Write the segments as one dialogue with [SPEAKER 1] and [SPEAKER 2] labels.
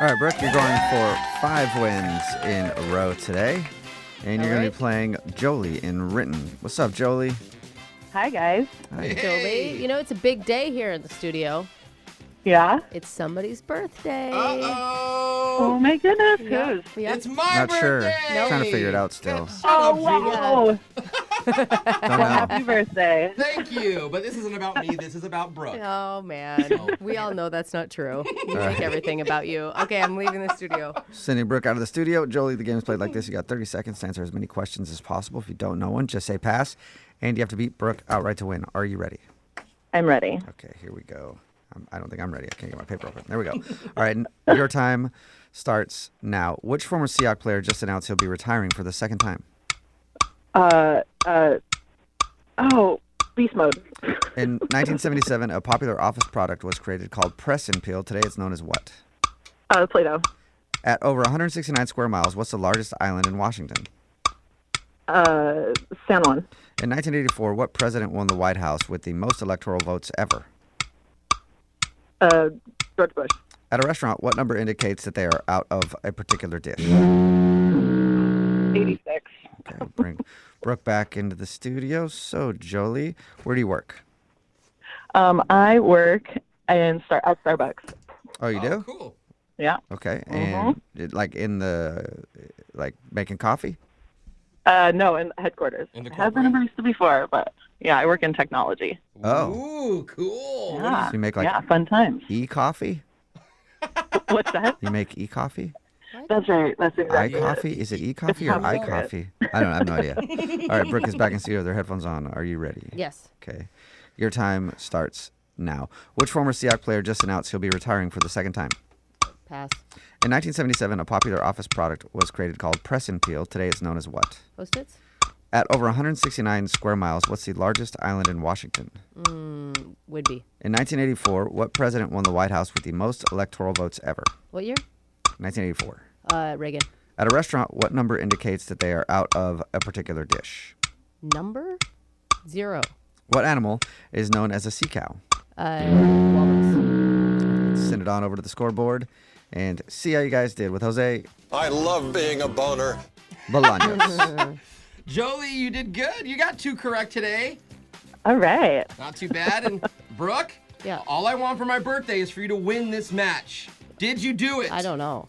[SPEAKER 1] All right, Brooke, you're going for five wins in a row today. And you're going to be playing
[SPEAKER 2] Alright.
[SPEAKER 1] Jolie in Written. What's up, Jolie?
[SPEAKER 3] Hi, guys.
[SPEAKER 1] Hi.
[SPEAKER 2] Jolie. You know, it's a big day here in the studio.
[SPEAKER 3] Yeah.
[SPEAKER 2] It's somebody's birthday.
[SPEAKER 3] Oh,
[SPEAKER 4] Uh-oh.
[SPEAKER 3] my goodness.
[SPEAKER 2] Yeah,
[SPEAKER 3] Who's?
[SPEAKER 2] yeah.
[SPEAKER 4] It's my
[SPEAKER 1] Not sure.
[SPEAKER 4] birthday.
[SPEAKER 1] Trying to figure it out still.
[SPEAKER 4] Shut
[SPEAKER 3] Oh,
[SPEAKER 4] up, Julia.
[SPEAKER 3] wow.
[SPEAKER 1] Don't know.
[SPEAKER 3] Happy Oh, birthday.
[SPEAKER 4] Thank you. But this isn't about me. This is about Brooke.
[SPEAKER 2] Oh man, we all know that's not true. We think everything about you. Okay, I'm leaving the studio.
[SPEAKER 1] Sending Brooke out of the studio. Jolie, the game is played like this. You got 30 seconds to answer as many questions as possible. If you don't know one, just say pass. And you have to beat Brooke outright to win. Are you ready?
[SPEAKER 3] I'm ready.
[SPEAKER 1] Okay, here we go. I'm, I don't think I'm ready. I can't get my paper open. There we go. All right, n- your time starts now. Which former Seahawk player just announced he'll be retiring for the second time?
[SPEAKER 3] Uh, uh, oh, beast mode.
[SPEAKER 1] In 1977, a popular office product was created called Press and Peel. Today it's known as what?
[SPEAKER 3] Uh, Play Doh.
[SPEAKER 1] At over 169 square miles, what's the largest island in Washington?
[SPEAKER 3] Uh, San Juan.
[SPEAKER 1] In 1984, what president won the White House with the most electoral votes ever?
[SPEAKER 3] Uh, George Bush.
[SPEAKER 1] At a restaurant, what number indicates that they are out of a particular dish?
[SPEAKER 3] 86.
[SPEAKER 1] Okay, bring Brooke back into the studio. So, Jolie, where do you work?
[SPEAKER 3] Um, I work in Star- at Starbucks.
[SPEAKER 1] Oh, you
[SPEAKER 4] Oh,
[SPEAKER 1] do?
[SPEAKER 4] Cool.
[SPEAKER 3] Yeah.
[SPEAKER 1] Okay, and it- like in the like making coffee.
[SPEAKER 3] Uh, no, in headquarters.
[SPEAKER 4] In the
[SPEAKER 3] I have been a barista before, but yeah, I work in technology.
[SPEAKER 1] Oh.
[SPEAKER 4] Ooh, cool. What
[SPEAKER 3] Yeah.
[SPEAKER 1] So you make, like-
[SPEAKER 3] Uh, yeah, fun times.
[SPEAKER 1] E coffee?
[SPEAKER 3] What's that?
[SPEAKER 1] You make e coffee?
[SPEAKER 3] That's right. That's
[SPEAKER 1] I
[SPEAKER 3] exactly it.
[SPEAKER 1] coffee? Is it e coffee or
[SPEAKER 3] how
[SPEAKER 1] I
[SPEAKER 3] we do it.
[SPEAKER 1] coffee? I don't. I have no idea. All right, Brooke is back in studio. with Their headphones on. Are you ready?
[SPEAKER 2] Yes.
[SPEAKER 1] Okay, your time starts now. Which former Seahawk player just announced he'll be retiring for the second time?
[SPEAKER 2] Pass.
[SPEAKER 1] In 1977, a popular office product was created called Press and Peel. Today it's known as what?
[SPEAKER 2] Post-its.
[SPEAKER 1] At over 169 square miles, what's the largest island in Washington?
[SPEAKER 2] Mm, Would be.
[SPEAKER 1] In 1984, what president won the White House with the most electoral votes ever?
[SPEAKER 2] What year?
[SPEAKER 1] 1984.
[SPEAKER 2] Uh, Reagan.
[SPEAKER 1] At a restaurant, what number indicates that they are out of a particular dish?
[SPEAKER 2] Number zero.
[SPEAKER 1] What animal is known as a sea cow?
[SPEAKER 2] Uh, walrus.
[SPEAKER 1] Send it on over to the scoreboard and see how you guys did with Jose
[SPEAKER 5] I love being a boner.
[SPEAKER 1] Bolaños.
[SPEAKER 4] Jolie, you did good. You got two correct today.
[SPEAKER 3] All right.
[SPEAKER 4] Not too bad. And Brooke,
[SPEAKER 2] Yeah.
[SPEAKER 4] all I want for my birthday is for you to win this match. Did you do it?
[SPEAKER 2] I don't know.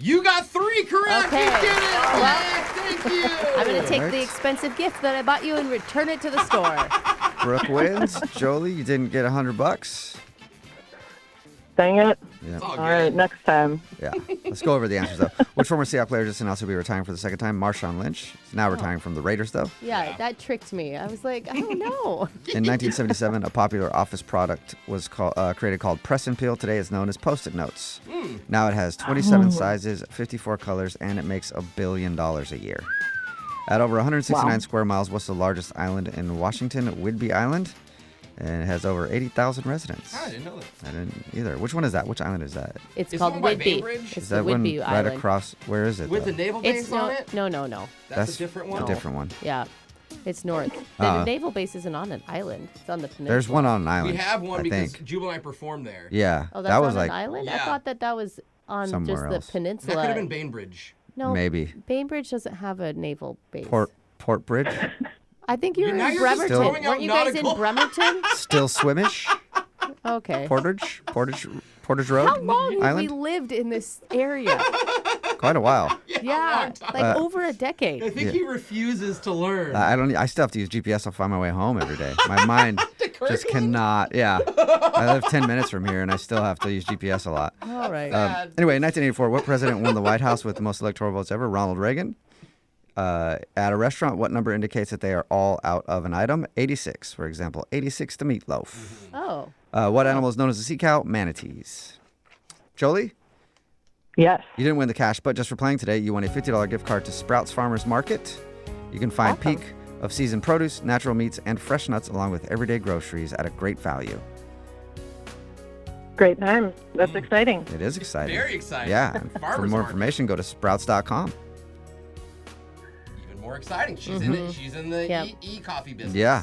[SPEAKER 4] You got three correct. You
[SPEAKER 2] Okay.
[SPEAKER 4] did it.
[SPEAKER 2] Well-
[SPEAKER 4] Yes, thank you.
[SPEAKER 2] I'm gonna take
[SPEAKER 1] Alright.
[SPEAKER 2] the expensive gift that I bought you and return it to the store.
[SPEAKER 1] Brooke wins. Jolie, you didn't get 100 bucks.
[SPEAKER 3] Dang it.
[SPEAKER 1] Yeah.
[SPEAKER 4] It's all
[SPEAKER 3] All
[SPEAKER 4] Oh, good.
[SPEAKER 3] right, next time.
[SPEAKER 1] Yeah. Let's go over the answers, though. Which former Seahawks player just announced he'll be retiring for the second time? Marshawn Lynch. He's now retiring from the Raiders, though.
[SPEAKER 2] Yeah, that tricked me. I was like, I don't know.
[SPEAKER 1] In 1977, a popular office product was call, uh, created called Press and Peel. Today is known as Post-it notes.
[SPEAKER 4] Hmm.
[SPEAKER 1] Now it has
[SPEAKER 2] Oh.
[SPEAKER 1] 27 sizes, 54 colors, and it makes a billion dollars a year. At over 169
[SPEAKER 3] Wow.
[SPEAKER 1] square miles, what's the largest island in Washington? Whidbey Island, and it has over 80,000 residents.
[SPEAKER 4] I didn't know that.
[SPEAKER 1] I didn't either. Which one is that? Which island is that?
[SPEAKER 2] It's
[SPEAKER 4] Is
[SPEAKER 2] called
[SPEAKER 4] one by
[SPEAKER 2] Whidbey.
[SPEAKER 4] Bainbridge?
[SPEAKER 2] It's
[SPEAKER 1] Is
[SPEAKER 2] the
[SPEAKER 1] that one
[SPEAKER 2] Whidbey
[SPEAKER 1] right
[SPEAKER 2] Island.
[SPEAKER 1] across? Where is it?
[SPEAKER 4] With
[SPEAKER 1] though?
[SPEAKER 4] the naval base
[SPEAKER 2] It's
[SPEAKER 4] on
[SPEAKER 2] no,
[SPEAKER 4] it?
[SPEAKER 2] no, no, no.
[SPEAKER 4] That's, a different one.
[SPEAKER 1] A different one.
[SPEAKER 2] Yeah, it's north. The naval base isn't on an island. It's on the peninsula.
[SPEAKER 1] Uh-huh. There's one on an island.
[SPEAKER 4] We have one
[SPEAKER 1] I
[SPEAKER 4] because
[SPEAKER 1] think.
[SPEAKER 4] Jubal and I performed there.
[SPEAKER 1] Yeah.
[SPEAKER 2] Oh, that's
[SPEAKER 1] that
[SPEAKER 2] on
[SPEAKER 1] was
[SPEAKER 2] an
[SPEAKER 1] like
[SPEAKER 2] island. I
[SPEAKER 4] Yeah.
[SPEAKER 2] thought that that was on just
[SPEAKER 1] Somewhere
[SPEAKER 2] the
[SPEAKER 1] else.
[SPEAKER 4] That
[SPEAKER 2] peninsula.
[SPEAKER 4] could have been Bainbridge.
[SPEAKER 2] no,
[SPEAKER 1] Maybe.
[SPEAKER 2] Bainbridge doesn't have a naval base.
[SPEAKER 1] Port Port Bridge.
[SPEAKER 2] I think you're
[SPEAKER 4] Now
[SPEAKER 2] in
[SPEAKER 4] you're just
[SPEAKER 2] Bremerton.
[SPEAKER 1] throwing
[SPEAKER 4] out
[SPEAKER 2] Weren't you guys
[SPEAKER 4] nautical-
[SPEAKER 2] in Bremerton?
[SPEAKER 1] Still swimmish.
[SPEAKER 2] Okay.
[SPEAKER 1] Portage, Portage, Portage Road
[SPEAKER 2] How long have we
[SPEAKER 1] Island.
[SPEAKER 2] lived in this area?
[SPEAKER 1] Quite a while.
[SPEAKER 2] yeah,
[SPEAKER 4] long
[SPEAKER 2] like
[SPEAKER 1] Uh,
[SPEAKER 2] over a decade.
[SPEAKER 4] I think he refuses to learn.
[SPEAKER 1] I I don't. I still have to use GPS to find my way home every day. My mind just cannot. Yeah, I live ten minutes from here, and I still have to use GPS a lot.
[SPEAKER 2] All right.
[SPEAKER 1] Um, anyway, in 1984, what president won the White House with the most electoral votes ever? Ronald Reagan. Uh, at a restaurant, what number indicates that they are all out of an item? 86, for example. 86 to meatloaf.
[SPEAKER 2] oh,
[SPEAKER 1] Uh, what animal is known as a sea cow? Manatees. Jolie?
[SPEAKER 3] Yes.
[SPEAKER 1] You didn't win the cash, but just for playing today, you won a $50 gift card to Sprouts Farmers Market. You can find
[SPEAKER 3] Awesome.
[SPEAKER 1] peak of season produce, natural meats, and fresh nuts along with everyday groceries at a great value.
[SPEAKER 3] Great time. That's exciting.
[SPEAKER 1] It is exciting.
[SPEAKER 4] Very exciting.
[SPEAKER 1] Yeah. and for
[SPEAKER 4] Farmers
[SPEAKER 1] more
[SPEAKER 4] market.
[SPEAKER 1] information, go to sprouts.com.
[SPEAKER 4] Even more exciting. She's in it. She's in the
[SPEAKER 2] Yeah.
[SPEAKER 4] e-, e coffee business.
[SPEAKER 1] Yeah.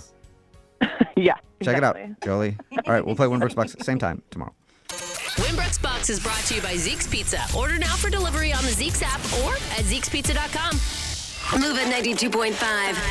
[SPEAKER 3] Yeah.
[SPEAKER 1] Check
[SPEAKER 3] exactly.
[SPEAKER 1] it out, Jolie. All right, we'll play Winbrook's Bucks same time tomorrow.
[SPEAKER 6] Winbrook
[SPEAKER 2] Lunchbox is brought to you by Zeke's Pizza. Order now for delivery on the Zeke's app or at Zeke'sPizza.com. Move at 92.5.